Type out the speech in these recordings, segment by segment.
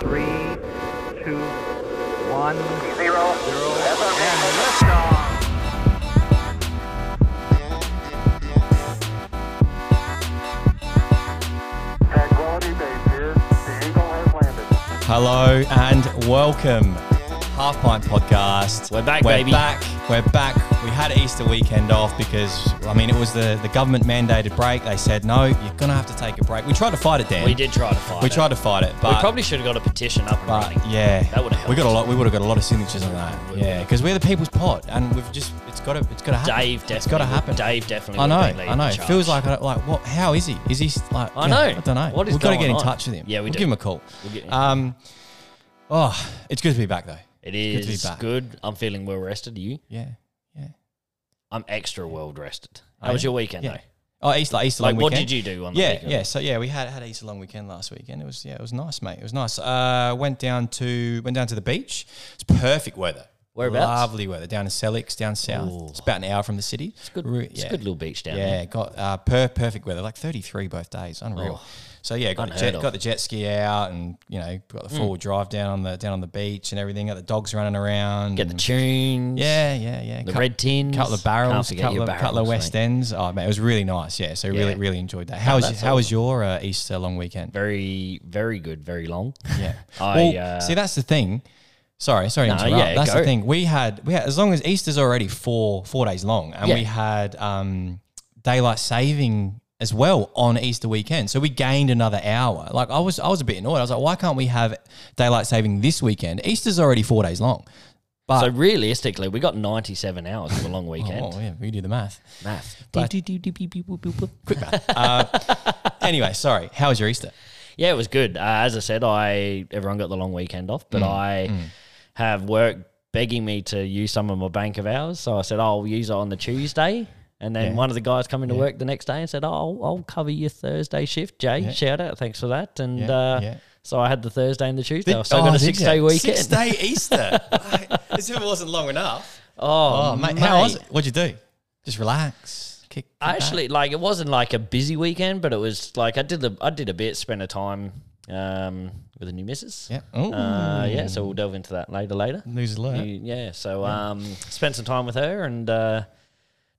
Three, two, one, Zero. zero, SRB. and liftoff. Tranquility Base here. The Eagle has landed. Hello and welcome. Half Pint Podcast. We're back, We're baby. back. We're back. We had Easter weekend off because, I mean, it was the, the government mandated break. They said, no, you're going to have to take a break. We tried to fight it, Dan. We did try to fight. We it. tried to fight it, but. we probably should have got a petition up and But running. yeah, That would've We got a helped. lot. We would have got a lot of signatures on that. We Yeah, because we're the people's pot, and we've just it's got to it's got to happen. Dave definitely. It's got to would- happen. Dave definitely. I know. would have been I leading know. the It feels charge. like I don't, like what? How is he? Is he s- like? I yeah, know. I don't know. What is We've got to going get in on? touch with him. Yeah, we will do. give him a call. We'll get- um, oh, it's good to be back though. It Good to be is back. good. I'm feeling well rested. You? Yeah, yeah. I'm extra well rested. I How was am. your weekend Yeah. though? Oh, Easter, Easter Like, long what weekend. did you do on the yeah, weekend? yeah. So yeah, we had had Easter long weekend last weekend. It was yeah, it was nice, mate. It was nice. Uh, went down to went down to the beach. It's perfect weather. Whereabouts? Lovely weather down in Selix, down south. Ooh. It's about an hour from the city. It's good. Re- It's yeah. a good little beach down Yeah, there. got uh, per- perfect weather, like 33 both days, unreal. Oh. so yeah, got the, Unheard jet, of. Hmm. got the jet ski out, and you know, got the four wheel drive down on the down on the beach and everything. Got the dogs running around. Get the and- tunes. yeah, yeah, yeah. The red tins. couple of Can't barrels, forget couple your of, couple of barrels, West mate. Ends. Oh man, it was really nice. Yeah, so really, Yeah. really enjoyed that. How was that's how was your uh, Easter long weekend? Very, very good. Very long. Yeah. I, well, uh, see, that's the thing. Sorry, sorry to No, interrupt. yeah, that's the go. thing. We had we had as long as Easter's already four four days long, and Yeah. we had um, daylight saving as well on Easter weekend, so we gained another hour. Like I was I was a bit annoyed. I was like, why can't we have daylight saving this weekend? Easter's already four days long. So realistically, we got 97 hours of a long weekend. Oh yeah, we do the math. Math. But- Uh, Quick math. anyway, sorry. How was your Easter? Yeah, it was good. Uh, as I said, I everyone got the long weekend off, Mm. but I have work begging me to use some of my bank of hours. So I said, I'll use it on the Tuesday. And then Yeah. one of the guys coming to work the next day and said, oh, I'll, I'll cover your Thursday shift, Jay. Shout out. Thanks for that. And Yeah, uh, yeah. so I had the Thursday and the Tuesday. Oh, so I got a did six day ya? weekend. Six day Easter. As if it wasn't long enough. Oh, Oh, mate, how was it? What'd you do? Just relax. Kick. kick I back? actually like it wasn't like a busy weekend, but it was like I did the I did a bit, spent a time um, with the new missus. Yeah. Ooh. Uh, yeah, so we'll delve into that later later. News alert. You- yeah. So um, spent some time with her and uh,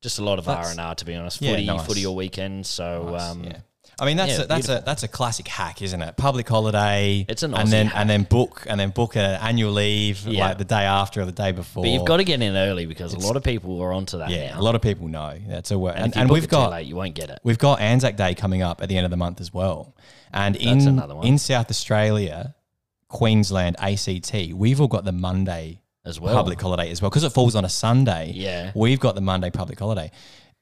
just a lot of R That's- and R to be honest. Yeah, Footy, nice. footy all weekend. So um, yeah. I mean that's yeah, a, that's a that's a classic hack, isn't it? Public holiday, It's an and then Aussie and then book and then book an annual leave Yeah. like the day after or the day before. but you've got to get in early because a lot of people are onto that. yeah, now. a lot of people know that's a word, And, and, if you and book we've it too got late, you won't get it. We've got Anzac Day coming up at the end of the month as well. And in another one. in South Australia, Queensland, ACT, we've all got the Monday As well. public holiday as well because it falls on a Sunday. Yeah. We've got the Monday public holiday.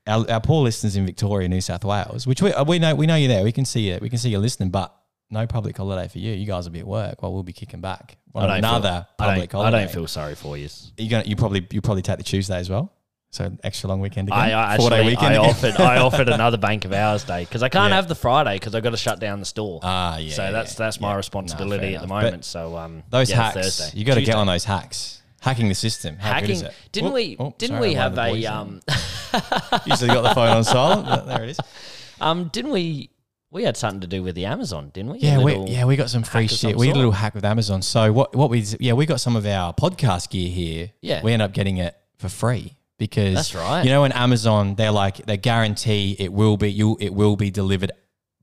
Our, our poor listeners in Victoria, New South Wales, which we, uh, we know we know you're there. We can see you. We can see you listening, but no public holiday for you. You guys will be at work while we'll be kicking back I on don't another feel, public I don't, holiday. I don't feel sorry for you. you going you probably you probably take the Tuesday as well. So an extra long weekend again. I, I Four-day actually I again. offered I offered another bank of hours day because I can't have the Friday because I've got to shut down the store. Ah, yeah, So yeah, that's yeah. that's my Yeah. Nah, fair responsibility at the enough. But moment. so um, Those yeah, hacks, Thursday. you got to get Tuesday. on those hacks. Hacking the system. How good is hacking. it? Didn't Oh, we? oh, didn't sorry, we I have wired the a voice in. um, Usually got the phone on silent. but There it is. um? Didn't we? We had something to do with the Amazon, didn't we? A Yeah, we little- yeah we got some free hack of shit. some We did a sort. little hack with Amazon. So what what we yeah we got some of our podcast gear here. Yeah. we end up getting it for free because That's right. You know, when Amazon they're like they guarantee it will be you it will be delivered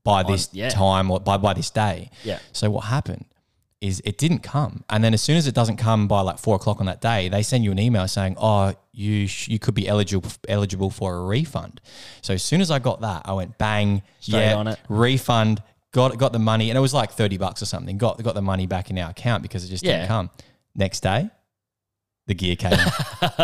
by this yeah. time or by by this day. Yeah. So what happened is it didn't come, and then as soon as it doesn't come by like four o'clock on that day, they send you an email saying, "Oh, you sh- you could be eligible eligible for a refund." So as soon as I got that, I went bang, Straight yeah, on it. refund. Got got the money, and it was like thirty bucks or something. Got got the money back in our account because it just Yeah. didn't come. Next day, the gear came,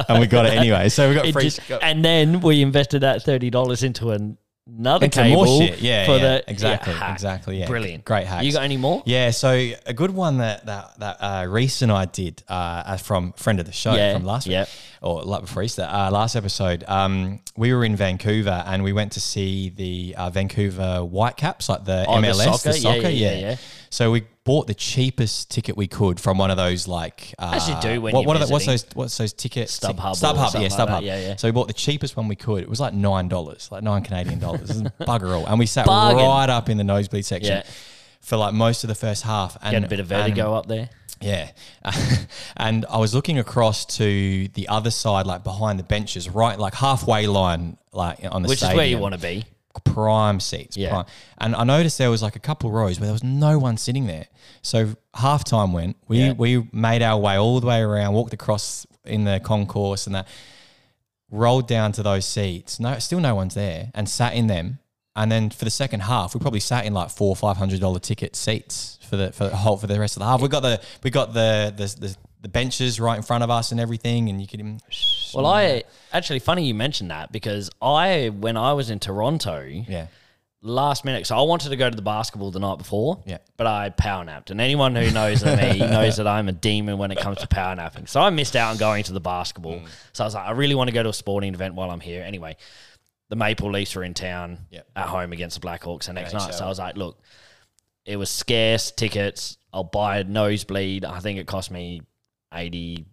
and we got it anyway. So we got It free. just- and then we invested that thirty dollars into an, another Into cable more shit. Yeah, yeah, for the exactly, hack. exactly, yeah. brilliant, Great hacks. You got any more? Yeah, so a good one that that, that uh, Reese and I did uh, uh, from friend of the show Yeah, from last week yeah. or like before Easter, uh, last episode. Um, we were in Vancouver and we went to see the uh, Vancouver Whitecaps, like the Oh, the MLS, soccer? Yeah, yeah, yeah, yeah. So we bought the cheapest ticket we could from one of those like uh, As you do when what, you're what are the, what's those visiting. what's those tickets StubHub or StubHub yeah something StubHub like that, yeah, yeah. so we bought the cheapest one we could it was like nine dollars like nine Canadian dollars It was bugger all and we sat Bargain. right up in the nosebleed section Yeah. for like most of the first half. And Get a bit of vertigo and- up there. yeah. and I was looking across to the other side, like behind the benches, right, like halfway line, like on the Which is stadium where you want to be. prime seats. Yeah. Prime. And I noticed there was like a couple rows where there was no one sitting there. So halftime went. We Yeah. we made our way all the way around, walked across in the concourse and that, rolled down to those seats. No, still no one's there, and sat in them. And then for the second half, we probably sat in like four or five hundred dollar ticket seats for the for the whole for the rest of the half. We got the we got the the, the, the benches right in front of us and everything, and you could. Well, I actually funny you mentioned that because I when I was in Toronto yeah. last minute, so I wanted to go to the basketball the night before, Yeah. but I power napped, and anyone who knows me knows that I'm a demon when it comes to power napping. So I missed out on going to the basketball. Mm. So I was like, I really want to go to a sporting event while I'm here. Anyway, the Maple Leafs were in town Yeah. at home against the Blackhawks the next night, so NHL. I was like, look, it was scarce tickets. I'll buy a nosebleed. I think it cost me 80,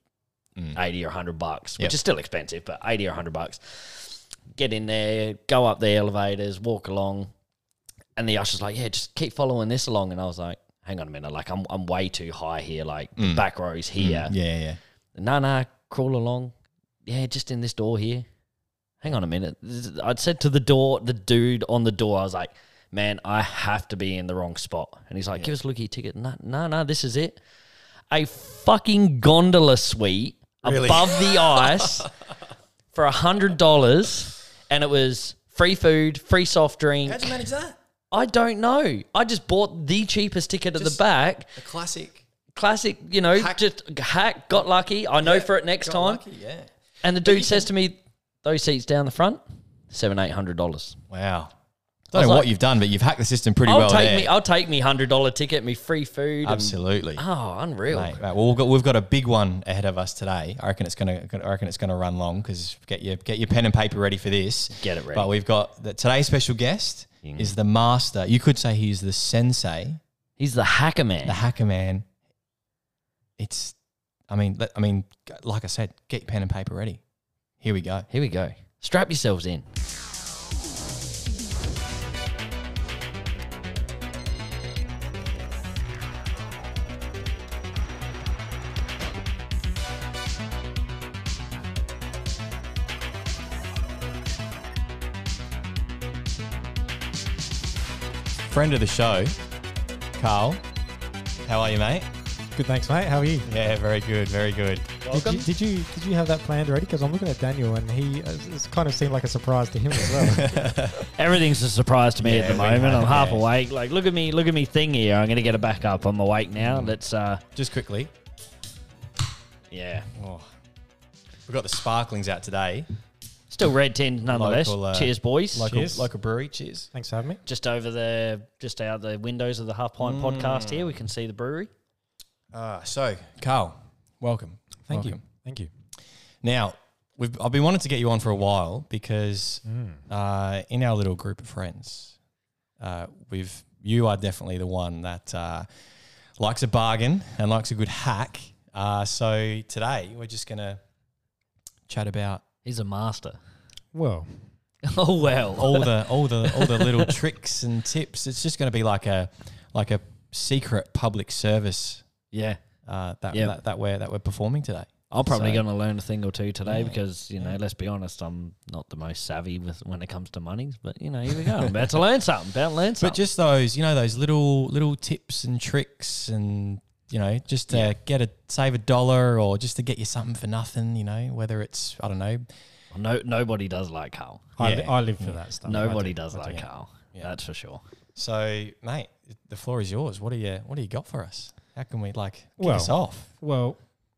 80 or 100 bucks, Mm. which Yep. is still expensive, but 80 or 100 bucks. Get in there, go up the elevators, walk along. And the usher's like, yeah, just keep following this along. And I was like, hang on a minute. Like, I'm, I'm way too high here. Like, the back rows here. Mm. Yeah. Yeah. yeah. No, no, crawl along. Yeah, just in this door here. Hang on a minute. This is- I'd said to the door, the dude on the door, I was like, man, I have to be in the wrong spot. And he's like, give us a look at your ticket. No, no, no, this is it. A fucking gondola suite Really? above the ice for a hundred dollars, and it was free food, free soft drink. How'd you manage that? I don't know. I just bought the cheapest ticket at the Just- back A classic. classic, you know, Hack. just hack, got lucky. I know for it next time. yeah. And the dude says to me, those seats down the front, seven, eight hundred dollars. Wow. I Don't was know what like- you've done, but you've hacked the system pretty I'll well take there. me I'll take me hundred dollar ticket, me free food. and- Absolutely. oh, unreal. Mate, right, well, we've got we've got a big one ahead of us today. I reckon it's gonna I reckon it's gonna run long because get your get your pen and paper ready for this. Get it ready. But we've got the, today's special guest is the master. You could say he's the sensei, He's the hacker man. the hacker man. It's, I mean, let- I mean, like I said, get your pen and paper ready. Here we go. Here we go. Strap yourselves in. Friend of the show, Carl. How are you, mate? Good, thanks, mate. How are you? Yeah, very good, very good. Did you, did you did you have that planned already? Because I'm looking at Daniel, and he uh, it's kind of seemed like a surprise to him as well. Everything's a surprise to me Yeah, at the we moment. have, I'm half yeah. awake. Like, look at me, look at me thing here. I'm gonna get it back up. I'm awake Mm. now. Let's uh Just quickly, yeah. Oh, we got the sparklings out today. Still red tinted nonetheless. Local, uh, Cheers, boys. Local, Cheers. local brewery, cheers. thanks for having me. Just over the just out the windows of the Half Pint Mm. podcast here, we can see the brewery. Uh, so, Carl, welcome. Thank you. Welcome. Thank you. Now, we've, I've been wanting to get you on for a while because uh, in our little group of friends, uh, we've you are definitely the one that uh, likes a bargain and likes a good hack. Uh, so today we're just gonna chat about He's a master. Well, Oh well. all the all the all the little tricks and tips. It's just gonna be like a like a secret public service yeah. uh, that, Yeah. that that we're that we're performing today. I'm probably So- going to learn a thing or two today because, you know, let's be honest, I'm not the most savvy with when it comes to monies, but, you know, here we go. I'm about to learn something. About to learn But something. just those, you know, those little little tips and tricks, and you know, just to get a save a dollar or just to get you something for nothing, you know, whether it's I don't know, no, nobody does like Carl. I, Yeah. I live for that stuff. Nobody I do. does like yeah. Carl. That's for sure. So, mate, the floor is yours. What do you What do you got for us? How can we like kick Well, us off? Well,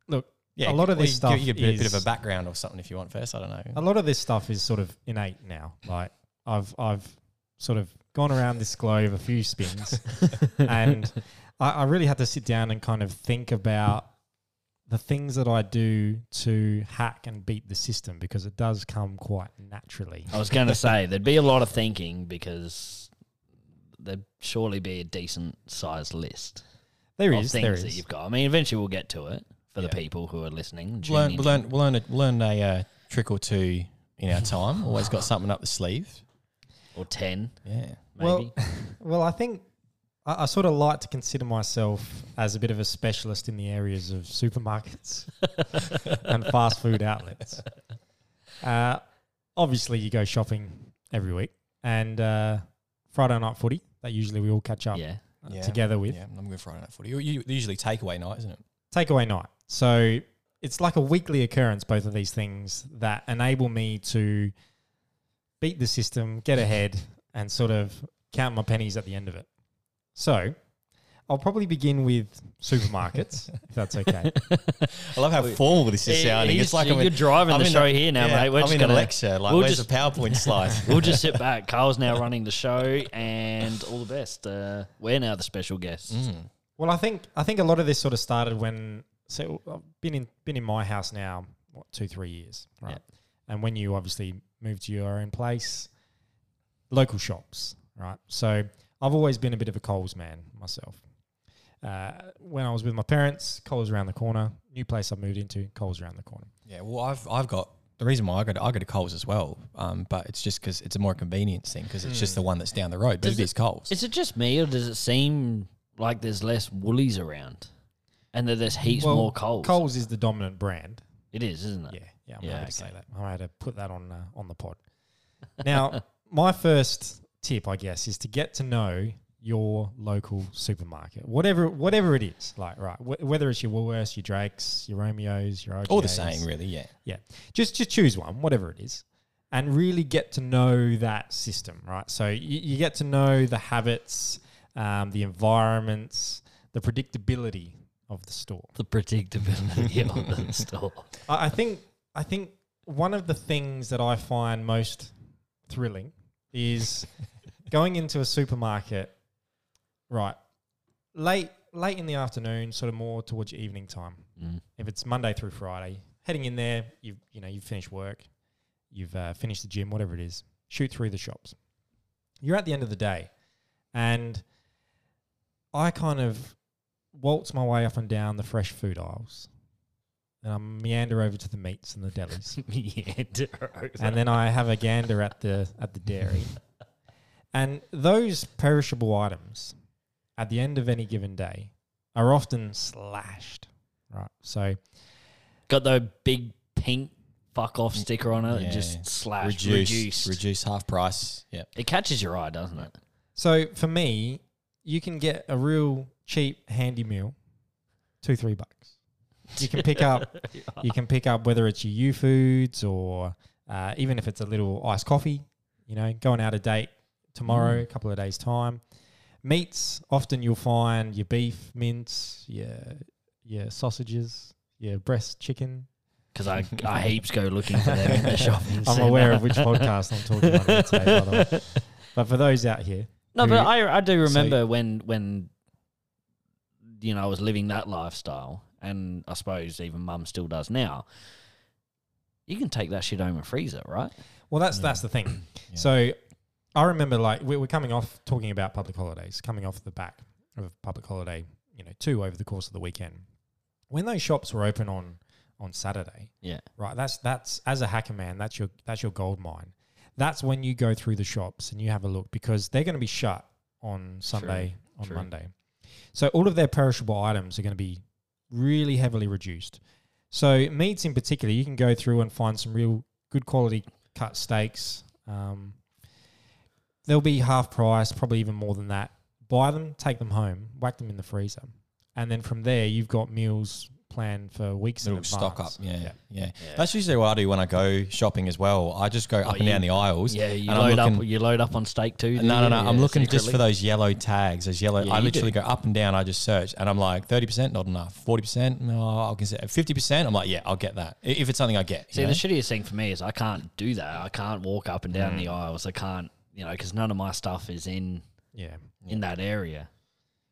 look, a lot g- well, of this you stuff Give, you give a bit, bit is- of a background or something if you want first. I don't know. a lot of this stuff is sort of innate now. Like I've I've sort of gone around this globe a few spins, and I, I really had to sit down and kind of think about the things that I do to hack and beat the system because it does come quite naturally. I was going to say there'd be a lot of thinking because there'd surely be a decent sized list There of is, things there that is. you've got. I mean, eventually we'll get to it for the Yeah. people who are listening. and learn, tuning in. learn, learn, a, learn a uh, trick or two in our time. Always got something up the sleeve. Or 10, Yeah. maybe. Well, well, I think I, I sort of like to consider myself as a bit of a specialist in the areas of supermarkets and fast food outlets. Uh, obviously, you go shopping every week, and uh, Friday night footy that usually we all catch up Yeah. uh, together with Yeah, I'm good Friday night footy. You, you, usually takeaway night, isn't it? takeaway night. So it's like a weekly occurrence, both of these things that enable me to beat the system, get ahead, and sort of count my pennies at the end of it. So I'll probably begin with supermarkets, if that's okay. I love how formal this is sounding. He's- It's like I'm you're in- driving I'm the in show here now, yeah, mate. We're I'm just in gonna, a lecture. Like, we'll where's just- the PowerPoint slide? We'll just sit back. Carl's now running the show, and all the best. Uh, we're now the special guests. Mm. Well, I think I think a lot of this sort of started when so I've been in been in my house now what two three years, right? And when you obviously move to your own place, local shops, right? So I've always been a bit of a Coles man myself. Uh, when I was with my parents, Coles around the corner. New place I moved into, Coles around the corner. Yeah, well, I've I've got the reason why I go to, I go to Coles as well, um, but it's just because it's a more convenience thing because it's just the one that's down the road. But Does it is Coles. Is it just me, or does it seem like there's less Woolies around, and that there's heaps more Coles? Coles is the dominant brand. It is, isn't it? Yeah, yeah, I'm Yeah, happy to okay. say that. I'm happy to put that on uh, on the pod. Now, my first tip, I guess, is to get to know your local supermarket, whatever whatever it is. Like, right, wh- whether it's your Woolworths, your Drakes, your Romeos, your All the IGAs, same, really. Yeah. yeah. Just just choose one, whatever it is, and really get to know that system, right? So you, you get to know the habits, um, the environments, the predictability of the store. The predictability of the store. I I think I think one of the things that I find most thrilling is going into a supermarket, right, late late in the afternoon, sort of more towards your evening time. If it's Monday through Friday, heading in there, you you know you've finished work, you've uh, finished the gym, whatever it is, shoot through the shops. You're at the end of the day, and I kind of waltz my way up and down the fresh food aisles and I meander over to the meats and the delis, yeah, and then I have a gander at the at the dairy. And those perishable items, at the end of any given day, are often slashed. Right, so got the big pink fuck off sticker on it. Yeah. and Just slash Reduce, reduced. reduce, half price. Yeah. It catches your eye, doesn't it? so for me, you can get a real cheap handy meal, two three bucks. You can pick up, you can pick up whether it's your U foods or uh, even if it's a little iced coffee. You know, going out a date tomorrow, a couple of days time. Meats often you'll find your beef, mince, your your sausages, your breast chicken. Because I, I heaps go looking for them in the shopping. I'm centre. aware of which podcast I'm talking about today, by the way. But for those out here, No, who- but I I do remember when when you know I was living that lifestyle, and I suppose even mum still does now. You can take that shit home and freeze it, right? Well, that's that's the thing. So I remember like we we're coming off talking about public holidays, coming off the back of public holiday, you know, two over the course of the weekend. When those shops were open on on Saturday, Yeah. right? That's that's as a hacker man, that's your that's your gold mine. That's when you go through the shops and you have a look because they're going to be shut on Sunday, on true. Monday. So all of their perishable items are going to be really heavily reduced. So meats in particular, you can go through and find some real good quality cut steaks. Um, they'll be half price, probably even more than that. Buy them, take them home, whack them in the freezer, and then from there you've got meals planned for weeks in Little advance. stock up. Yeah, yeah. Yeah. That's usually what I do when I go shopping as well. I just go up and you- down the aisles. Yeah, you and load I'm up looking, you load up on steak too. do No, no, you? no. I'm Yeah, looking just for secretly. those yellow tags. Those yellow. Yeah, I you literally do. go up and down. I just search, and I'm like thirty percent, not enough. Forty percent, no, I'll consider. Fifty percent, I'm like, yeah, I'll get that I- if it's something I get. you See, know? the shittiest thing for me is I can't do that. I can't walk up and down the aisles. I can't, you know, because none of my stuff is in Yeah. in that area.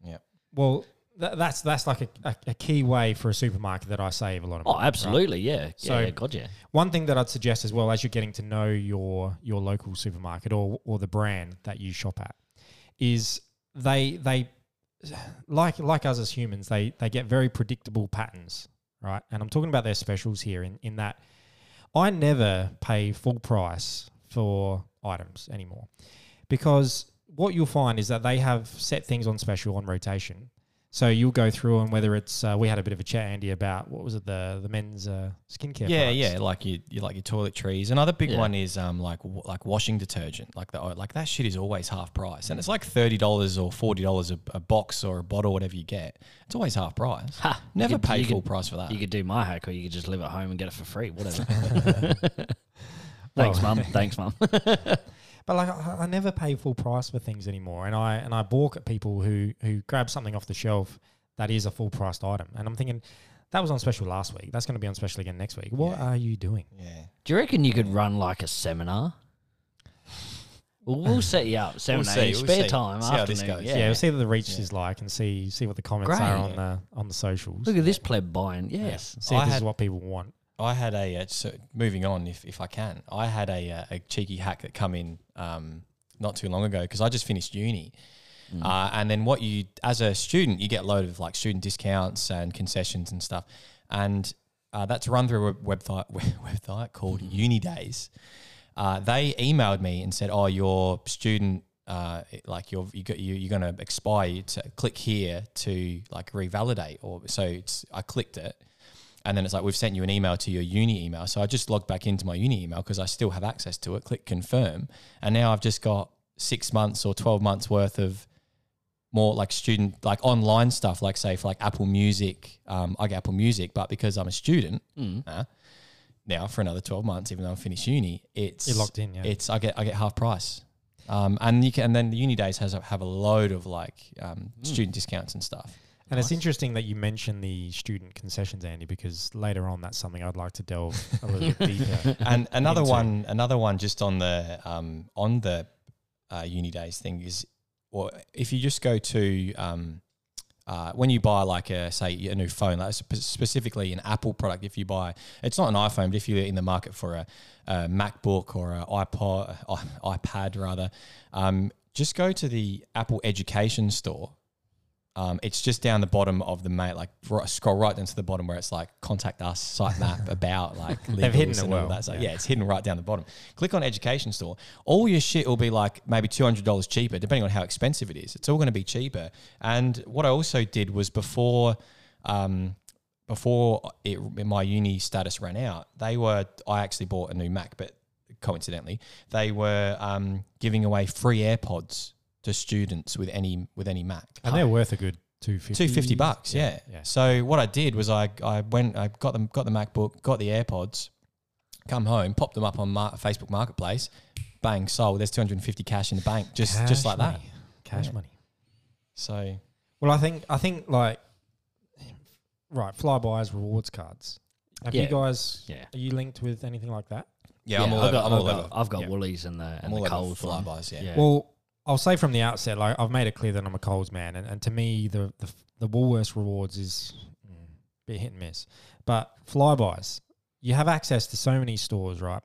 yeah. Well, tha that's that's like a, a, a key way for a supermarket that I save a lot of money. Oh, absolutely, yeah, So- yeah, God, yeah. One thing that I'd suggest as well, as you're getting to know your your local supermarket or or the brand that you shop at, is they they like like us as humans, they they get very predictable patterns, right? And I'm talking about their specials here in, in that I never pay full price for items anymore because what you'll find is that they have set things on special on rotation. So you'll go through and whether it's uh, we had a bit of a chat, Andy, about what was it the the men's uh, skincare. Yeah, products. yeah, like you, you like your toiletries. Another big Yeah. one is um like w- like washing detergent. Like the like that shit is always half price, and it's like thirty dollars or forty dollars a box or a bottle, whatever you get. It's always half price. Ha, you Never could- pay you full could- price for that. You could do my hack, or you could just live at home and get it for free. Whatever. Thanks, mum. Thanks, mum. But like I, I never pay full price for things anymore, and I and I balk at people who who grab something off the shelf that is a full priced item, and I'm thinking that was on special last week. That's going to be on special again next week. What Yeah. are you doing? yeah, Do you reckon you could run like a seminar? Well, we'll set you up. Seminar, see, in we'll spare see. time, See how afternoon. this goes. Yeah, Yeah. we'll see what the reach Yeah. is like, and see see what the comments Great. are on the on the socials. Look at this pleb buying. Yeah. Yes. see I if this had- is what people want. I had a uh, so moving on if if I can. I had a uh, a cheeky hack that come in um not too long ago because I just finished uni. Uh, and then what you as a student you get a load of like student discounts and concessions and stuff, and uh, that's run through a website website called Uni Days. Uh, they emailed me and said, "Oh, your student." Uh, like you're you got, you, you're going to expire. You to click here to like revalidate, or so it's. I clicked it, and then it's like we've sent you an email to your uni email. So I just logged back into my uni email because I still have access to it. Click confirm, and now I've just got six months or twelve months worth of more like student like online stuff. Like say for like Apple Music, um, I get Apple Music, but because I'm a student uh, now for another twelve months, even though I finished uni, it's You're locked in, yeah. It's I get I get half price. Um, and you can, and then the uni days has a, have a load of like um, student discounts and stuff. And it's interesting that you mentioned the student concessions, Andy, because later on that's something I'd like to delve a little bit deeper. and another into. one, another one, just on the um, on the uh, uni days thing is, well, if you just go to um, uh, when you buy like a say a new phone, like spe- specifically an Apple product, if you buy, it's not an iPhone, but if you're in the market for a, a MacBook or an iPod, i- iPad rather, um, just go to the Apple Education Store. Um, it's just down the bottom of the mate, like r- scroll right down to the bottom where it's like contact us, site map, about like They've hidden legals it and all well, that. So, yeah. yeah, it's hidden right down the bottom. Click on Education Store. All your shit will be like maybe two hundred dollars cheaper, depending on how expensive it is. It's all going to be cheaper. And what I also did was before, um, before it, my uni status ran out, they were I actually bought a new Mac, but coincidentally, they were um, giving away free AirPods to students with any with any Mac. and they're worth a Oh, good two fifty. Two fifty bucks, yeah. yeah. So what I did was I I went I got them got the MacBook, got the AirPods, come home, popped them up on Mar- Facebook Marketplace, bang, sold. There's two hundred and fifty cash in the bank, just just like that. Cash Yeah. money. So Well, I think I think like right flybys rewards cards. Have you Yeah. guys? Yeah. Are you linked with anything like that? yeah, Yeah, I'm all I've over. got, I'm I've all got, over. I've got Yeah. Woolies and the I'm and all the over Coles one. flybys. Yeah. Well, I'll say from the outset, like I've made it clear that I'm a Coles man, and, and to me, the, the the Woolworths rewards is mm, a bit hit and miss. But flybys, you have access to so many stores, right?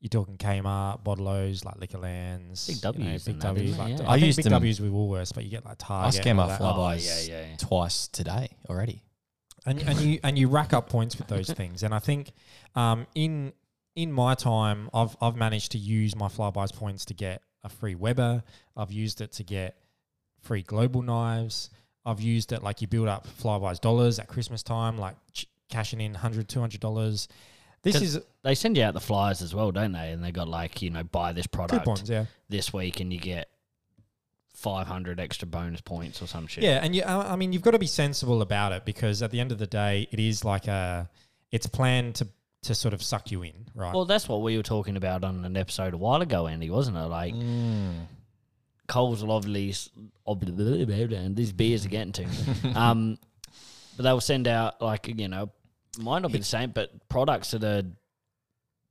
You're talking Kmart, Bodlows, like Liquorlands, Big you know, W's Big and that, W's. isn't Like, it? Yeah. I, I think used Big them- W's with Woolworths, but you get like I Target. scam and all our that. Oh, flybys yeah, yeah, yeah. twice today already. and and you and you rack up points with those things. And I think um, in in my time, I've I've managed to use my flybys points to get a free Weber. I've used it to get free global knives. I've used it like you build up flybys dollars at Christmas time, like ch- cashing in 100 dollars. This 'Cause is They send you out the flyers as well, don't they? And they got like you know buy this product coupons, yeah, this week and you get five hundred extra bonus points or some shit. yeah. And you, uh, I I mean, you've got to be sensible about it because at the end of the day, it is like a, it's planned to to sort of suck you in, right? Well, that's what we were talking about on an episode a while ago, Andy, wasn't it? Like Coles will obviously and these beers are getting to me. um, but they will send out like you know, might not be the same, but products that are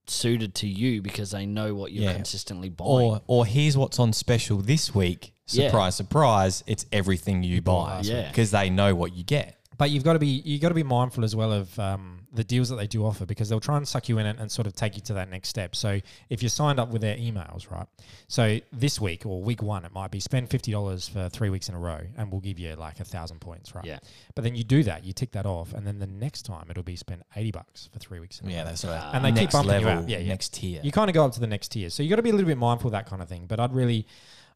suited to you because they know what you're Yeah. consistently buying. Or or here's what's on special this week. Yeah. Surprise, surprise! It's everything you buy. Yeah. because they know what you get. but you've got to be you got to be mindful as well of um, the deals that they do offer because they'll try and suck you in and, and sort of take you to that next step. So if you're signed up with their emails, right? So this week or week one, it might be spend fifty dollars for three weeks in a row, and we'll give you like a thousand points, right? Yeah. But then you do that, you tick that off, and then the next time it'll be spend eighty bucks for three weeks. In a Yeah, row. that's right. And they keep next bumping you level, up. Yeah, yeah. next tier. You kind of go up to the next tier, so you got to be a little bit mindful of that kind of thing. But I'd really,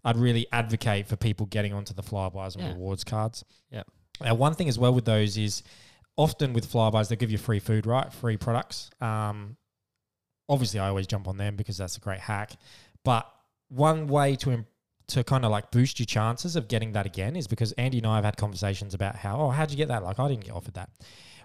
I'd really advocate for people getting onto the flybys and Yeah. rewards cards. Yep. Now, one thing as well with those is often with flybys, they'll give you free food, right? Free products. Um, obviously, I always jump on them because that's a great hack. But one way to im- to kind of like boost your chances of getting that again is because Andy and I have had conversations about how, oh, how'd you get that? Like, I didn't get offered that.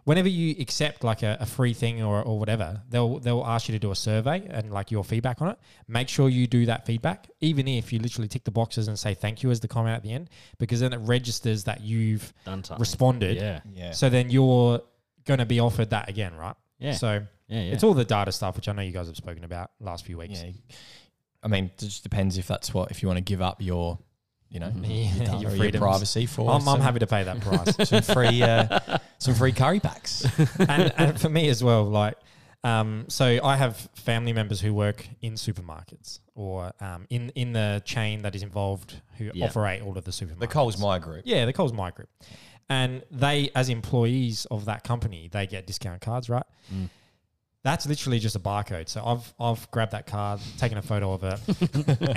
Whenever you accept like a, a free thing or, or whatever, they'll they'll ask you to do a survey and like your feedback on it. Make sure you do that feedback, even if you literally tick the boxes and say thank you as the comment at the end, because then it registers that you've Done something. responded. Yeah. Yeah. So then you're going to be offered that again, right? Yeah. So Yeah. yeah. it's all the data stuff, which I know you guys have spoken about last few weeks. Yeah. I mean, it just depends if that's what if you want to give up your, you know, your, data Your or your freedoms. privacy for. I'm, I'm some- happy to pay that price. some free uh, some free curry packs. and, and for me as well, like, um, so I have family members who work in supermarkets or um, in in the chain that is involved who Yeah. operate all of the supermarkets. The Coles My Group. Yeah, the Coles My Group. And they, as employees of that company, they get discount cards, right? Mm. That's literally just a barcode. So I've I've grabbed that card, taken a photo of it.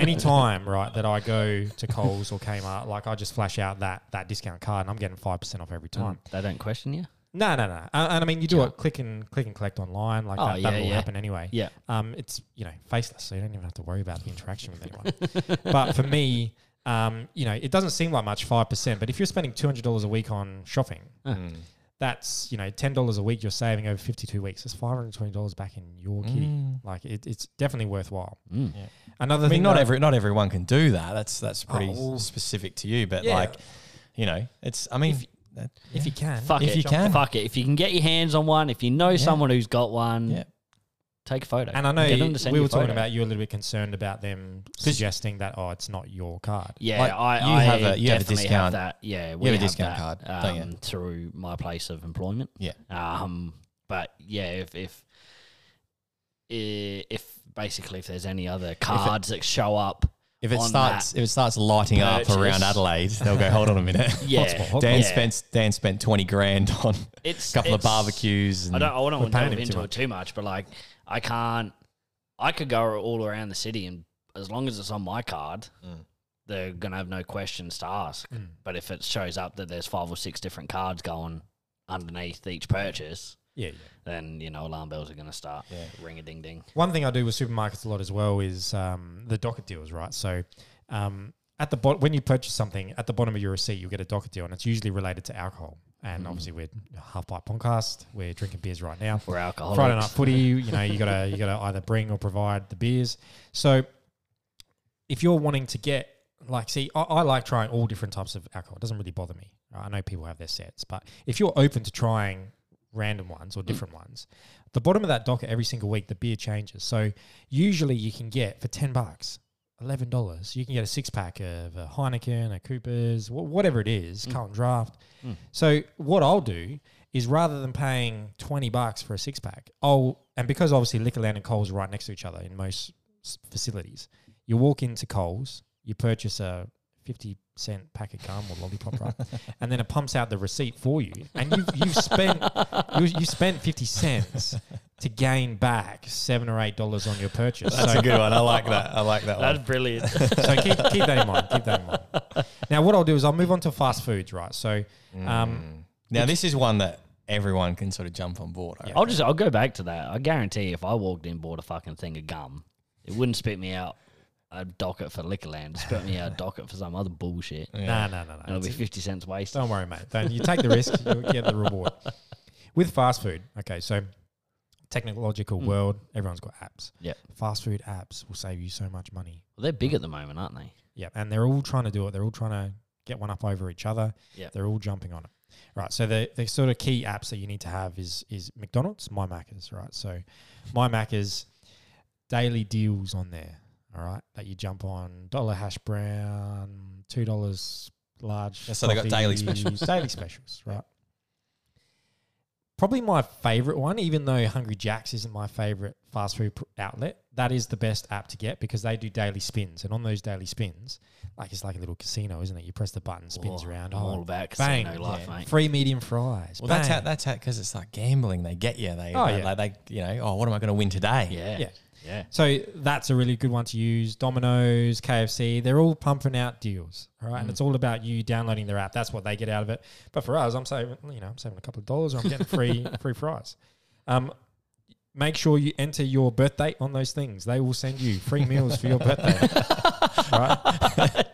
Anytime, right, that I go to Coles or Kmart, like I just flash out that that discount card and I'm getting five percent off every time. They don't question you. No, no, no. And, and I mean, you do it click and click and collect online, like Oh, that, yeah, that'll all yeah. happen anyway. Yeah. Um, it's you know faceless, so you don't even have to worry about the interaction with anyone. but for me, um, you know, it doesn't seem like much five percent, but if you're spending two hundred dollars a week on shopping, Hmm. that's you know ten dollars a week you're saving over fifty two weeks. That's five hundred twenty dollars back in your kitty. Mm. Like it, it's definitely worthwhile. Another I thing, mean, not that- every not everyone can do that. That's that's pretty Oh. specific to you, but Yeah. like, you know, it's. I mean, that, if you can. Fuck If it. you can. Fuck it. If you can get your hands on one, if you know someone who's got one, yeah. take a photo. And I know Get them to send we you were a talking photo. about you were a little bit concerned about them suggesting that oh, it's not your card. Yeah, Like, I, you I have a- you have a definitely discount- that. Yeah, have a discount card, don't you? um, through my place of employment. Yeah. Um, but yeah, if if i- if basically if there's any other cards that show up, If it on starts, that if it starts lighting purchase- up around Adelaide, they'll go. Hold on a minute. yeah, Dan yeah. spent Dan spent twenty grand on It's- a couple of it's- barbecues. And I don't. I wouldn't want to paying delve him too into it much. too much, but like, I can't. I could go all around the city, and as long as it's on my card, they're gonna have no questions to ask. Mm. But if it shows up that there's five or six different cards going underneath each purchase, Yeah, yeah. then you know alarm bells are gonna start ring a ding ding. One thing I do with supermarkets a lot as well is um, the docket deals, right? So, um, at the bot when you purchase something, at the bottom of your receipt, you'll get a docket deal, and it's usually related to alcohol. And Mm. obviously, we're half pipe podcast. We're drinking beers right now. We're alcoholics. Friday night footy. You know, you gotta you gotta either bring or provide the beers. So, if you're wanting to get like, see, I, I like trying all different types of alcohol. It doesn't really bother me. right? I know people have their sets, but if you're open to trying random ones or different ones, the bottom of that docket every single week, the beer changes. So usually you can get for ten bucks. Eleven dollars. You can get a six pack of a Heineken, a Cooper's, wh- whatever it is, Carlton Draft. So what I'll do is rather than paying twenty bucks for a six pack, I'll and because obviously Liquorland and Coles are right next to each other in most s- facilities, you walk into Coles, you purchase a fifty cent pack of gum or lollipop, right? and then it pumps out the receipt for you, and you you've spent you, you spent fifty cents to gain back seven or eight dollars on your purchase. That's so a good one. I like that. I like that That's one. brilliant. so keep, keep that in mind. Keep that in mind. Now, what I'll do is I'll move on to fast foods, right? So, um, Now this is one that everyone can sort of jump on board. I reckon. I'll just I'll go back to that. I guarantee if I walked in bought a fucking thing of gum, it wouldn't spit me out a docket for Liquorland. It'd Spit me out a docket for some other bullshit. Mm, And no, no, no, no. it'll It's- be fifty cents wasted. Don't worry, mate. Don't you take the risk, you'll get the reward. With fast food, okay, so technological world, everyone's got apps. Yeah, Fast food apps will save you so much money. well, they're big at the moment, aren't they? Yeah, and they're all trying to do it. They're all trying to get one up over each other. Yep. they're all jumping on it. Right, so the the sort of key apps that you need to have is is McDonald's, My Macca's, right? So My Macca's daily deals on there, all right, that you jump on dollar hash brown, two dollars large. Yeah, so they got daily coffees, daily specials, right? Probably my favorite one, even though Hungry Jack's isn't my favorite fast food pr- outlet, that is the best app to get because they do daily spins. And on those daily spins, like it's like a little casino, isn't it? You press the button, spins Whoa, around. I'm oh, all about bang, casino life, mate. Free medium fries. Well, that's how bang. that's how because it's like gambling. They get you. They, Oh, they, yeah. they, they- you know. Oh, what am I going to win today? Yeah, yeah. Yeah. So that's a really good one to use. Domino's, KFC, they're all pumping out deals, all right? And it's all about you downloading their app. That's what they get out of it. But for us, I'm saving, you know, I'm saving a couple of dollars or I'm getting free free fries. Um, make sure you enter your birth date on those things. They will send you free meals for your birthday. all right?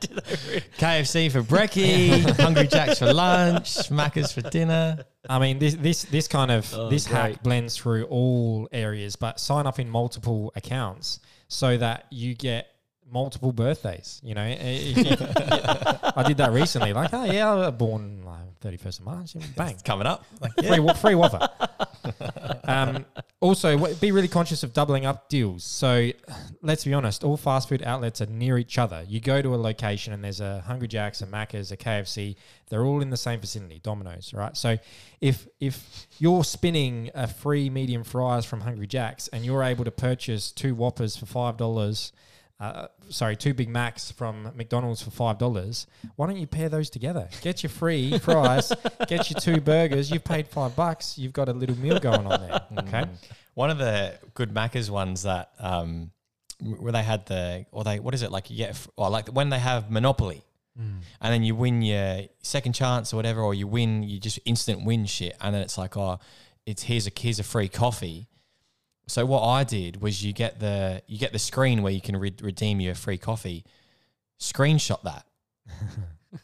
KFC for brekkie, Hungry Jacks for lunch, Macca's for dinner. I mean, this this this kind of Oh, this great. hack blends through all areas, but sign up in multiple accounts so that you get multiple birthdays. You know, Eh, if you- I did that recently. Like, oh yeah, I was born like thirty first of March. and Bang, Coming up. Like, free wa- free waffle. um, also, wha- be really conscious of doubling up deals. So, let's be honest, all fast food outlets are near each other. You go to a location and there's a Hungry Jack's, a Macca's, a KFC. They're all in the same vicinity, Domino's, right? So, if if you're spinning a free medium fries from Hungry Jack's and you're able to purchase two Whoppers for five dollars. Uh, sorry, two Big Macs from McDonald's for five dollars. Why don't you pair those together? Get your free fries, get your two burgers. You've paid five bucks. You've got a little meal going on there. Mm. Okay, One of the good Macca's ones that um, where they had the or they what is it like you get f- or like when they have Monopoly, and then you win your second chance or whatever, or you win you just instant win shit, and then it's like oh, it's here's a here's a free coffee. So what I did was you get the you get the screen where you can re- redeem your free coffee, screenshot that,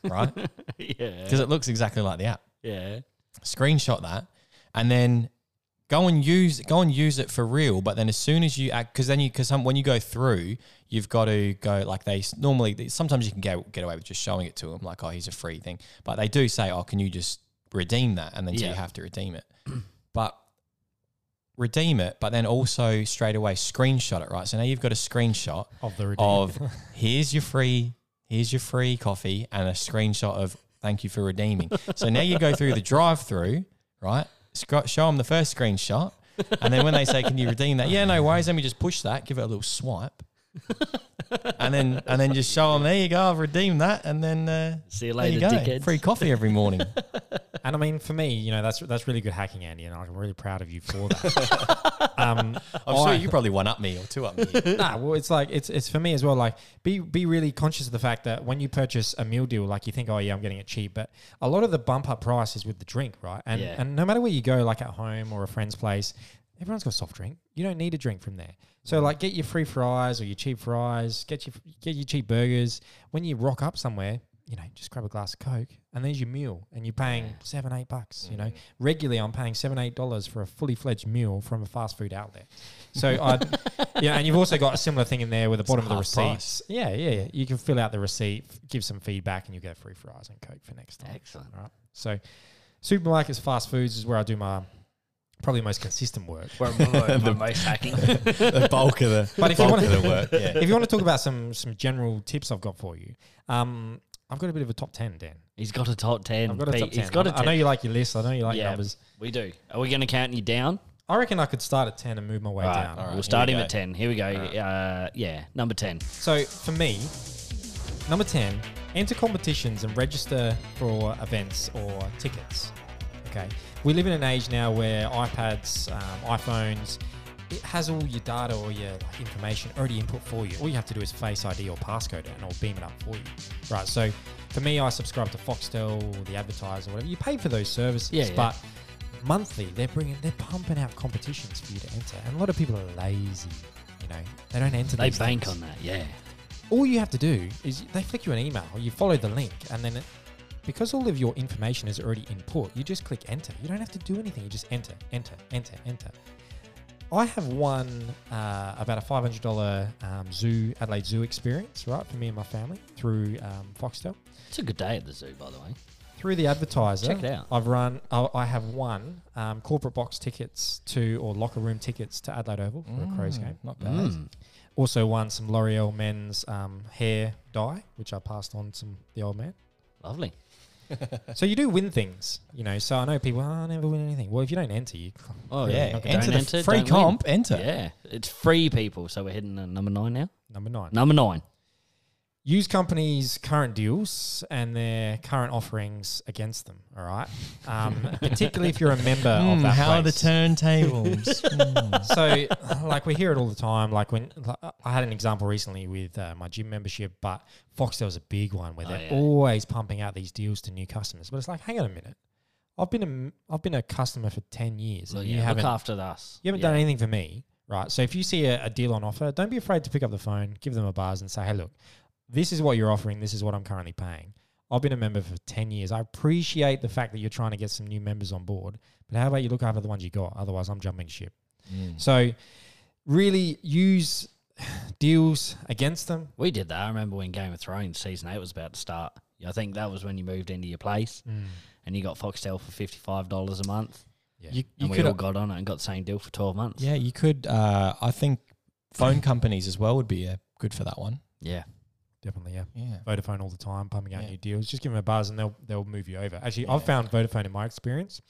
right? yeah. Because it looks exactly like the app Yeah. screenshot that and then go and use go and use it for real but then as soon as you act because then you because when you go through you've got to go like they s- normally they- sometimes you can get, get away with just showing it to them like oh he's a free thing but they do say oh can you just redeem that and then so Yeah. you have to redeem it but redeem it but then also straight away screenshot it right so now you've got a screenshot of the redeem. of here's your free here's your free coffee and a screenshot of thank you for redeeming so now you go through the drive through right Sc- show them the first screenshot and then when they say can you redeem that yeah no worries let me just push that give it a little swipe and then and then just show them there you go i've redeemed that and then uh, See you there you later, go dickhead. free coffee every morning And I mean, for me, you know, that's that's really good hacking, Andy, and I'm really proud of you for that. um, i'm sure you probably one up me or two up me nah, well, it's like it's it's for me as well. Like, be be really conscious of the fact that when you purchase a meal deal, like you think, oh yeah, I'm getting it cheap, but a lot of the bump up price is with the drink, right? And Yeah. and no matter where you go, like at home or a friend's place, everyone's got soft drink. You don't need a drink from there. So like, get your free fries or your cheap fries. Get your get your cheap burgers. When you rock up somewhere, you know, just grab a glass of coke, and there's your meal, and you're paying seven eight bucks. You know, regularly I'm paying seven eight dollars for a fully fledged meal from a fast food outlet. So I, yeah, and you've also got a similar thing in there with the bottom of the half price. receipts. Yeah, yeah, yeah. You can fill out the receipt, f- give some feedback, and you get free fries and coke for next time. Excellent. All right. So, supermarkets, fast foods is where I do my probably most consistent work. Where the most hacking. the bulk of the But if you bulk wanna- of the work yeah if you want to talk about some some general tips I've got for you, um, I've got a bit of a top ten, Dan. He's got a top 10. I've got a top Pete. ten. He's got I- a 10. I know you like your list. I know you like your yeah, numbers. we do. Are we going to count you down? I reckon I could start at ten and move my way All right, down. all right. we'll start here him we at go. 10. Here we go. Uh, yeah, number 10. So for me, number 10, enter competitions and register for events or tickets. Okay. We live in an age now where iPads, um, iPhones, it has all your data or your like, information already input for you. All you have to do is Face ID or passcode it and it'll beam it up for you. Right. So for me, I subscribe to Foxtel or the advertiser or whatever. You pay for those services, Yeah, yeah. but monthly they're bringing, they're pumping out competitions for you to enter. And a lot of people are lazy. You know, they don't enter They these bank things on that. Yeah. all you have to do is they flick you an email, you follow the link, and then it, because all of your information is already input, you just click enter. You don't have to do anything. You just enter, enter, enter, enter. I have won uh, about a five hundred dollar um, zoo Adelaide Zoo experience, right, for me and my family through um, Foxtel, It's a good day at the zoo, by the way. through the advertiser. Check it out. I've run. I, I have won um, corporate box tickets to or locker room tickets to Adelaide Oval for a Crows game. not bad Mm. Also won some L'Oreal men's um, hair dye, which I passed on to the old man. Lovely. So you do win things, you know. So I know people, oh, I never win anything. Well, if you don't enter, you Oh, yeah, not gonna- enter Don't the enter, free don't win. comp enter Yeah. It's free people. So we're heading to number nine now. number nine. Number nine. use companies' current deals and their current offerings against them. All right, um, particularly if you're a member of that. Mm, Hmm, how are the place. turntables? Mm. so like we hear it all the time like when like, i had an example recently with uh, my gym membership but fox there was a big one where Oh, they're yeah. always pumping out these deals to new customers but it's like hang on a minute i've been a m- i've been a customer for 10 years Look, and you yeah, look haven't after us. you haven't done anything for me right so if you see a, a deal on offer don't be afraid to pick up the phone give them a buzz and say hey look this is what you're offering this is what i'm currently paying I've been a member for 10 years. I appreciate the fact that you're trying to get some new members on board, but how about you look after the ones you got? Otherwise, I'm jumping ship. Mm. So really use deals against them. We did that. I remember when Game of Thrones season eight was about to start. I think that was when you moved into your place Hmm. and you got Foxtel for fifty five dollars a month, You, you and we all could got on it and got the same deal for twelve months. yeah, you could. Uh, I think phone companies as well would be uh, good for that one. yeah. definitely yeah. Yeah. Vodafone all the time pumping out Yeah. new deals. Just give them a buzz and they'll they'll move you over. Actually, I've found Vodafone in my experience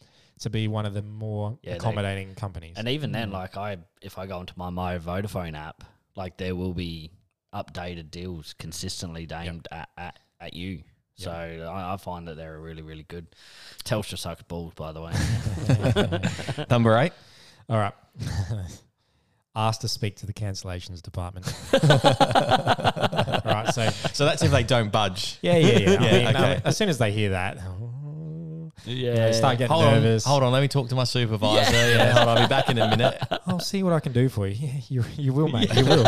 to be one of the more Yeah, they- accommodating companies. And even Hmm. then, like I, if I go into my My Vodafone app, like there will be updated deals consistently aimed at, at, at you. So I, I find that they're really, really good. Telstra sucks balls, by the way. Number eight. all right. Ask to speak to the cancellations department. all right, so So that's if they don't budge. yeah, yeah, yeah. I Yeah, mean, okay. uh, As soon as they hear that, oh, Yeah. they start getting Hold nervous. on, hold on. Let me talk to my supervisor. Yeah, hold on. I'll be back in a minute. I'll see what I can do for you. Yeah, you, you will, mate. You will.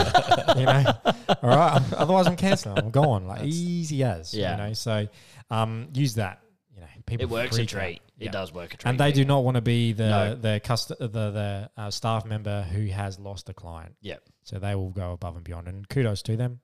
you know, all right. I'm- otherwise, I'm cancelling. I'm gone. Like easy as. Yeah. You know, so um, use that. You know, people. it works a freak out. treat. Yeah. It does work a treat. And they do not want to be the No. the cust- the, the uh, staff member who has lost a client. Yeah. So they will go above and beyond. And kudos to them.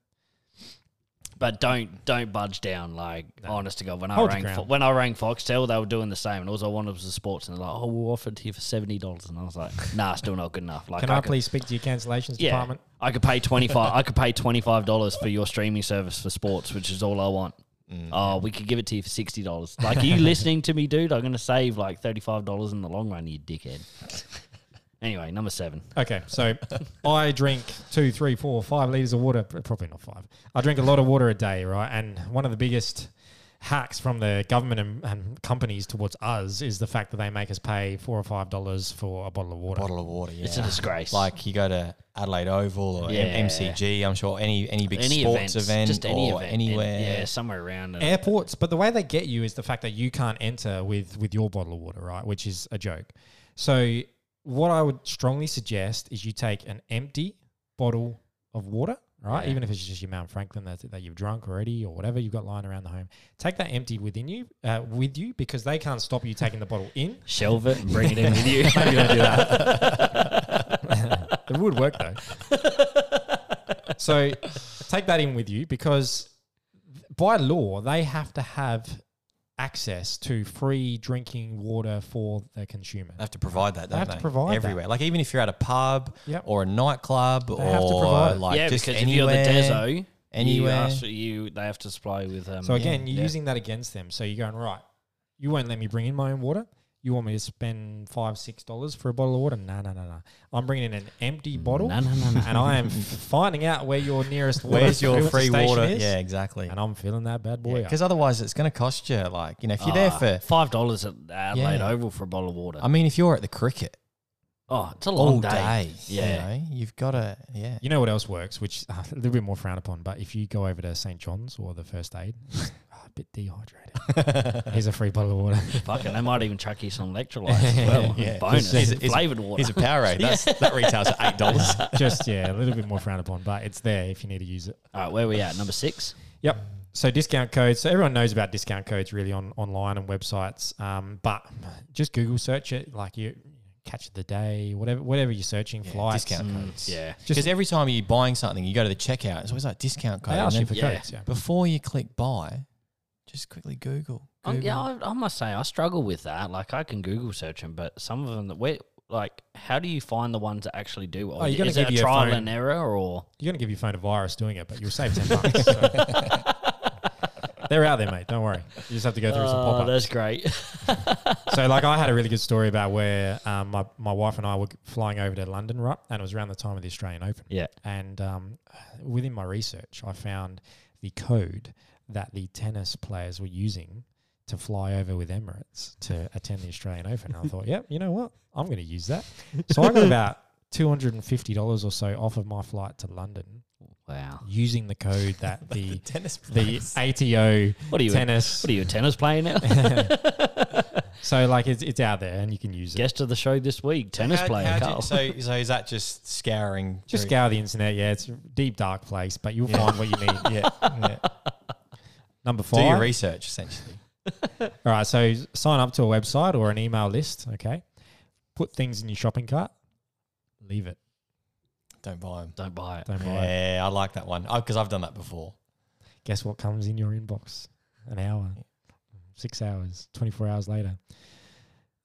But don't don't budge down. Like honest to God, when Hold your I rang Fo- ground. when I rang Foxtel, they were doing the same, and all I wanted was the sports, and they're like, "Oh, we'll offer it to you for seventy dollars," and I was like, "Nah, still not good enough." Like, Can I, could- please speak to your cancellations yeah, department? I could pay twenty five. I could pay twenty five dollars for your streaming service for sports, which is all I want. Mm. Oh, we could give it to you for sixty dollars. Like, are you listening to me, dude? I'm gonna save like thirty five dollars in the long run, you dickhead. anyway, number seven. Okay, so I drink two, three, four, five liters of water. pr- Probably not five. I drink a lot of water a day, right? And one of the biggest hacks from the government and, and companies towards us is the fact that they make us pay four or five dollars for a bottle of water. Bottle of water. Yeah. It's a disgrace. Like you go to Adelaide Oval or Yeah. M- MCG. I'm sure any any big any sports events, event just any or event, and- anywhere. yeah, somewhere around. and- Airports, but the way they get you is the fact that you can't enter with with your bottle of water, right? Which is a joke. So what I would strongly suggest is you take an empty bottle of water, right? Even if it's just your Mount Franklin that, that you've drunk already or whatever you've got lying around the home, take that empty within you, uh, with you, because they can't stop you taking the bottle in. shelve it and bring it in with you. Maybe don't do that. it would work though. So take that in with you because by law they have to have access to free drinking water for the consumer. They have to provide that, don't they? have to provide that. everywhere. Like even if you're at a pub Yep. or a nightclub have to or provide it. like yeah, just because anywhere, if you're the Dezo, anywhere. you, ask for- you they have to supply you with. Um, So again, you're yeah. using that against them. So you're going right. You won't let me bring in my own water. You want me to spend five, six dollars for a bottle of water? No, no, no, no. I'm bringing in an empty bottle, No, no, no, no. and I am f- finding out where your nearest water Where's your filter free station water? Is, Yeah, exactly. and I'm filling that bad boy up. Because otherwise, it's going to cost you like you know if you're there Ah, for. five dollars at Adelaide Yeah. Oval for a bottle of water. I mean, if you're at the cricket oh, it's a long all day. day, Yeah, you know, you've got to yeah. You know what else works, which uh, a little bit more frowned upon, but if you go over to St. John's or the first aid, oh, a bit dehydrated. Here's a free bottle of water. fucking. They might even chuck you some electrolytes as well. Yeah. bonus Here's a- here's a- flavored water. Here's a Powerade. That's, That retails at eight dollars. Just, yeah, a little bit more frowned upon, but it's there if you need to use it. All right, where we at? Number six. Yep. So discount codes. So everyone knows about discount codes really on online and websites. Um, but just Google search it, like you catch of the day, whatever whatever you're searching, flights. mm, discount codes. Yeah, Because every time you're buying something, you go to the checkout. It's always like discount code. They And ask then you for yeah. codes. Yeah. before you click buy, just quickly Google. Um, Google. yeah. I, I must say, I struggle with that. Like, I can Google search them, but some of them that we like, how do you find the ones that actually do? Oh, you're gonna Is it give a your trial phone- and error or? You're gonna give your phone a virus doing it, but you'll save ten bucks. so. They're out there, mate. Don't worry. You just have to go through some Oh, pop-ups. that's great. so like I had a really good story about where um, my, my wife and I were flying over to London, right? And it was around the time of the Australian Open. Yeah. And um, within my research, I found the code that the tennis players were using to fly over with Emirates to attend the Australian Open. I thought, yep, you know what? I'm going to use that. So I got about $250 or so off of my flight to London Wow. using the code that the tennis the players. ATO What are you? tennis. What are you a tennis player now? so like it's it's out there and you can use it. Guest of the show this week, tennis How- player how'd you- Carl. so, so is that just scouring? Just through- scour the internet. Yeah, it's a deep dark place, but you'll Yeah. find what you need. Yeah. yeah. Number five. Do your research essentially. All right, so sign up to a website or an email list. Okay, put things in your shopping cart. Leave it. Don't buy them. Don't buy it. Don't buy it. Yeah, I like that one because I've done that before. Guess what comes in your inbox? An hour, six hours, twenty four hours later.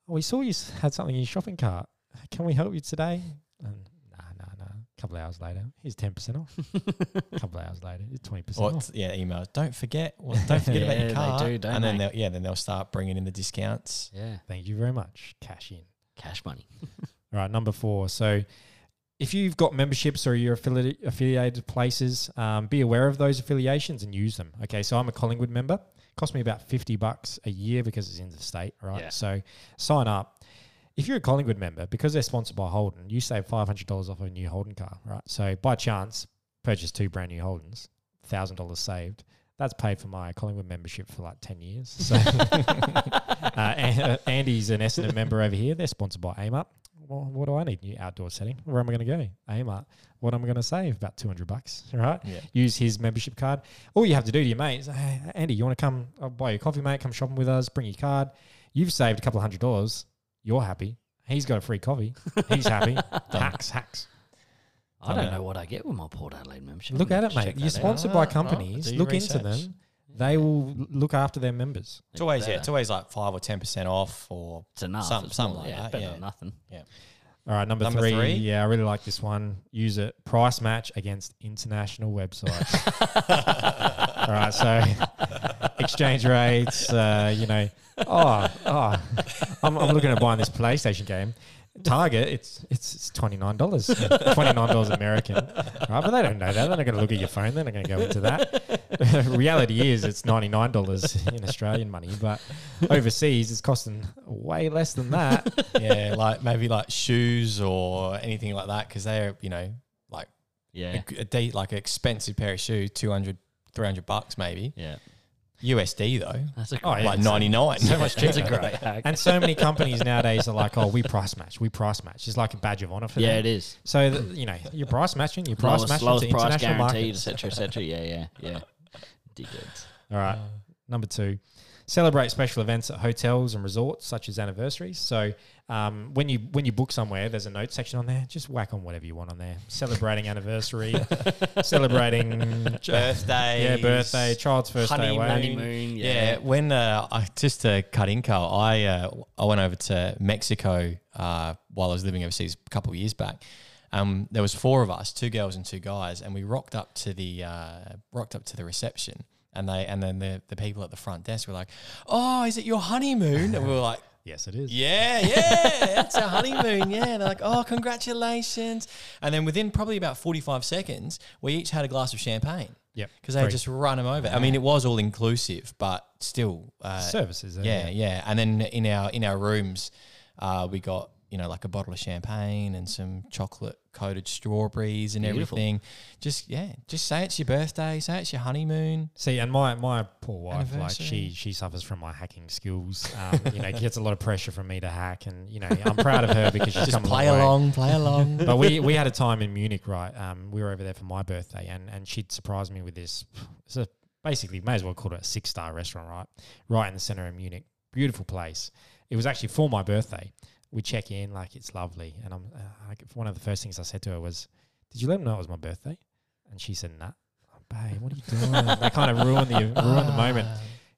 Oh, We saw you s- had something in your shopping cart. Can we help you today? And nah, nah, nah. A couple of hours later, here's ten percent off. A couple of hours later, it's twenty Or percent off. t- yeah, emails. Don't forget. Well, don't forget about Yeah, your they car. do, don't and then they? will yeah, then they'll start bringing in the discounts. Yeah. Thank you very much. Cash in. Cash money. All right, number four. So, if you've got memberships or you're affiliated, affiliated places, um, be aware of those affiliations and use them. Okay, so I'm a Collingwood member. Cost me about fifty bucks a year because it's interstate, right? Yeah. So, sign up. If you're a Collingwood member, because they're sponsored by Holden, you save five hundred dollars off a new Holden car, right? So, by chance, purchase two brand new Holdens, thousand dollars saved. That's paid for my Collingwood membership for like ten years. So, uh, An- Andy's an Essendon member over here. They're sponsored by AMUP. Well, what do I need? New outdoor setting. Where am I going to go? AMUP. What am I going to save? About 200 bucks, right? Yeah. Use his membership card. All you have to do to your mate is, hey, Andy, you want to come I'll buy your coffee, mate? Come shopping with us. Bring your card. You've saved a couple of hundred dollars. You're happy. He's got a free coffee. He's happy. hacks, hacks. I know. don't know what I get with my Port Adelaide membership. Look I'm at gonna it, mate. check You're that out. sponsored Ah, by right. companies. Do your Look into research. them. They will l- look after their members. It's always yeah, better. it's always like five or ten percent off or It's enough. Some- it's something not- like yeah, that, it's Better yeah. than nothing. All right, number, Number three, three. Yeah, I really like this one. Use it. Price match against international websites. All right, so exchange rates. Uh, you know, oh, oh, I'm, I'm looking at buying this PlayStation game. Target, it's it's, it's twenty nine dollars, twenty nine dollars American. All Right, but they don't know that. They're not going to look at your phone. They're not going to go into that. Reality is, it's ninety nine dollars in Australian money, but overseas, it's costing way less than that. yeah, like maybe like shoes or anything like that because they're you know like Yeah. a, a de- like an expensive pair of shoes, 200, 300 bucks maybe Yeah. USD though, That's a Oh, yeah. like ninety nine. So much That's a great hack. And so many companies nowadays are like, oh, we price match, we price match. It's like a badge of honor for Yeah, them. it is. So, th- you know, you're price matching, you're price Lowest, matching lowest to price international guaranteed, markets. etc., etc. Yeah, yeah, yeah. Dickheads. All right. Number two, celebrate special events at hotels and resorts, such as anniversaries. So, um, when you when you book somewhere, there's a note section on there. Just whack on whatever you want on there. Celebrating anniversary, celebrating birthday, yeah birthday, child's first day away. Honeymoon. Yeah. Yeah, when uh, I just to cut in, Carl, I uh, I went over to Mexico uh, while I was living overseas a couple of years back. Um, there was four of us, two girls and two guys, and we rocked up to the uh, rocked up to the reception, and they and then the, the people at the front desk were like, "Oh, is it your honeymoon?" And we were like, Yes, it is. yeah, yeah, it's a honeymoon. Yeah, and they're like, oh, congratulations. And then within probably about 45 seconds, we each had a glass of champagne. Yep. Because they Free. just run them over. I mean, it was all inclusive, but still. Uh, Services. eh? yeah, yeah. And then in our in our rooms, uh, we got you know like a bottle of champagne and some chocolate coated strawberries and Beautiful. everything. Just yeah, just say it's your birthday, say it's your honeymoon. See, and my my poor wife, like Anniversary. she she suffers from my hacking skills. Um, you know, gets a lot of pressure from me to hack, and you know, I'm proud of her because she's Just come a long play way. along, play along. But we we had a time in Munich, right? Um, we were over there for my birthday, and and she'd surprised me with this. So basically, may as well call it a six star restaurant, right? Right in the center of Munich, beautiful place. It was actually for my birthday. We check in, like it's lovely, and I'm. Uh, I- one of the first things I said to her was, "Did you let them know it was my birthday?" And she said, "Nah." Oh, Babe, what are you doing? they kind of ruined the ruined the moment.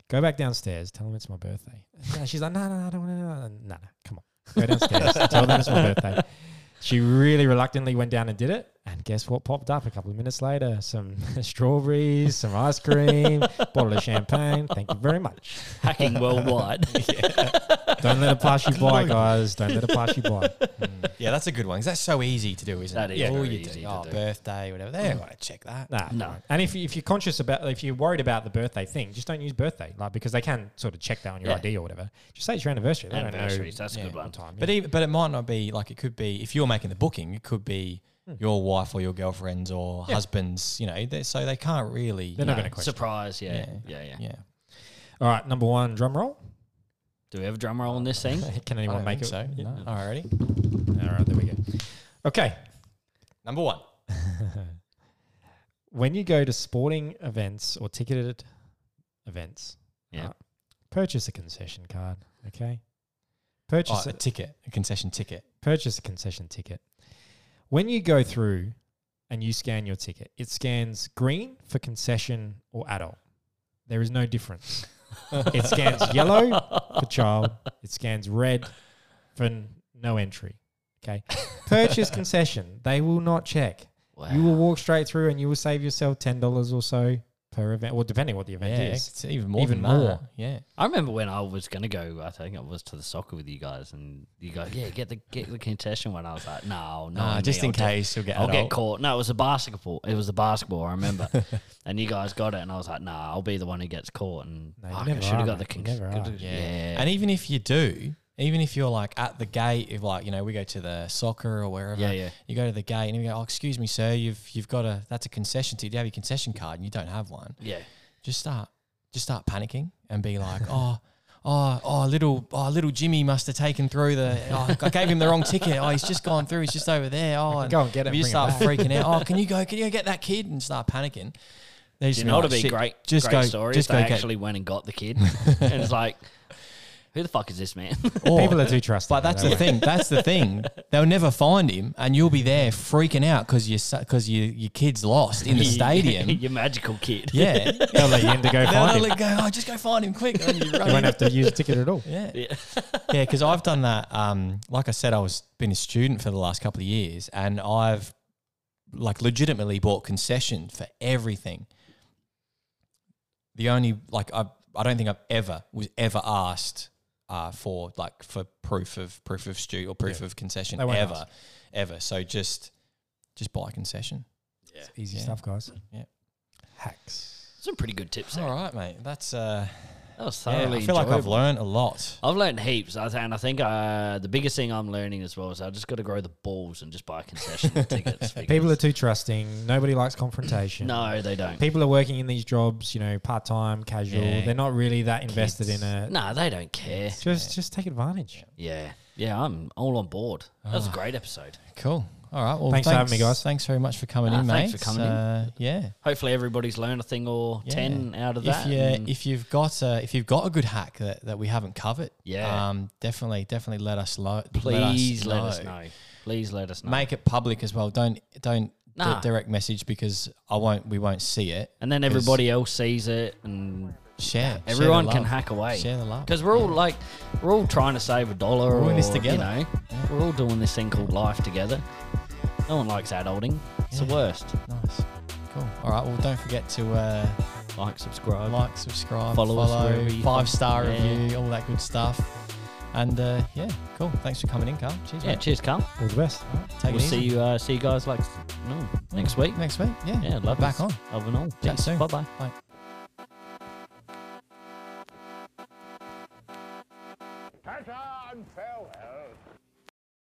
Go back downstairs. Tell them it's my birthday. No, she's like, no, no, no, I don't want to. No, no, no, come on. Go downstairs. tell them it's my birthday. She really reluctantly went down and did it. And guess what popped up a couple of minutes later? Some strawberries, some ice cream, bottle of champagne. Thank you very much. Hacking worldwide. Don't let it pass you by, guys. Don't let it pass you by. Mm. Yeah, that's a good one because that's so easy to do, isn't That it? is All very you easy do, to oh, do. birthday, whatever. They Mm. don't want to check that. Nah, No. no. And if, you- if you're conscious about, if you're worried about the birthday thing, just don't use birthday, like because they can sort of check that on your Yeah. ID or whatever. Just say it's your anniversary. They Anniversaries, Don't know that's a Yeah. good one. what time. But even, but it might not be like it could be if you're making the booking, it could be your wife or your girlfriend's or husband's. You know, they- so they can't really. They're not gonna question. Surprise, yeah. Yeah, yeah. Yeah. All right, number one, drum roll. Do we have a drum roll in this thing? Can I anyone don't make think it? so. Yeah. No. All right, ready? All right, there we go. Okay, Number one. when you go to sporting events or ticketed events, Yeah. right, purchase a concession card. Okay, purchase Oh, a it. ticket, a concession ticket. purchase a concession ticket. When you go through and you scan your ticket, it scans green for concession or adult. There is no difference. it scans yellow for child, it scans red for n- no entry. Okay. Purchase concession. They will not check. You will walk straight through and you will save yourself $10 or so per event, or depending what the Yeah, event is. it's even more Even than that. more. Yeah. I remember when I was gonna go. I think I was to the soccer with you guys, and you guys, yeah, get the get the concession one. I was like, no, no, Nah, me, just in I'll take- case you'll get I'll adult. get caught. No, it was a basketball. It was a basketball. I remember. and you guys got it, and I was like, nah, I'll be the one who gets caught. And No, you fuck, I never should have are, got the mate. You con- never are. good- Yeah. yeah. And even if you do, even if you're like at the gate, if like, you know, we go to the soccer or wherever, Yeah, yeah. you go to the gate and you go, oh, excuse me, sir, you've you've got a, that's a concession ticket. Do you have your concession card and you don't have one? yeah. Just start, just start panicking and be like, oh, oh, oh, little, oh, little Jimmy must have taken through the, oh, I gave him the wrong ticket. Oh, he's just gone through. He's just over there. Oh, and Go and get it. if you and start bring it back. freaking out, oh, can you go, can you go get that kid and start panicking? They just You be know, like, it'd be "Shit, great. Just great go, story just if go they get- actually went and got the kid, and it's like, who the fuck is this man? Or- People are too trusting. But that's They the won't. thing. That's the thing. They'll never find him, and you'll be there freaking out because you because you your kid's lost in the stadium. Your magical kid. Yeah, They'll let you in to go they'll find let it. go. Oh, just go find him quick. And you You run won't in. have to use a ticket at all. Yeah, yeah, Yeah. Because I've done that. Um, like I said, I was been a student for the last couple of years, and I've like legitimately bought concession for everything. The only like I I don't think I've ever was ever asked uh, for like for proof of proof of stew or proof of concession They won't ever ask. ever. So just just buy concession. Easy Yeah. stuff, guys. Yeah. Hacks. Some pretty good tips. All There. right, mate. That's uh, That was yeah, thoroughly. I feel like I've enjoyable. learned a lot. I've learned heaps, I th- and I think uh, the biggest thing I'm learning as well is I just got to grow the balls and just buy concession tickets. People because- are too trusting. Nobody likes confrontation. no, they don't. People are working in these jobs, you know, part time, casual. Yeah. They're not really that invested Kids. in it. No, they don't care. Just just take advantage. Yeah, yeah, I'm all on board. Ah. That was a great episode. Cool. All right. Well, Thanks for having me, guys. Thanks very much for coming Ah, in, mate. thanks for coming in. uh, Yeah. Hopefully, everybody's learned a thing or Yeah. ten out of if that. you and- if you've got a, if you've got a good hack that, that we haven't covered, Yeah. um, definitely definitely let us lo- please let let us, us know. Please let us know. Make it public as well. Don't don't d- Nah. direct message because I won't we won't see it. and then 'cause everybody else sees it, and share. share everyone the can love. hack away. Share the love. Because we're all like, we're all trying to save a dollar. We're all or, in this together. You know, we're all doing this thing called life together. No one likes adulting. It's Yeah. the worst. Nice. Cool. All right. Well, don't forget to uh, Like, subscribe. like, subscribe, Follow us wherever you- five star Yeah. review, all that good stuff. And uh, yeah, cool. Thanks for coming in, Carl. Cheers. yeah, mate. cheers, Carl. All the best. All right, take we'll it see easy. you. Uh, see you guys like no, next week. next week. Yeah. Yeah, love back us. on. Love and all. Chat soon. Bye bye. Bye. Catch on, farewell.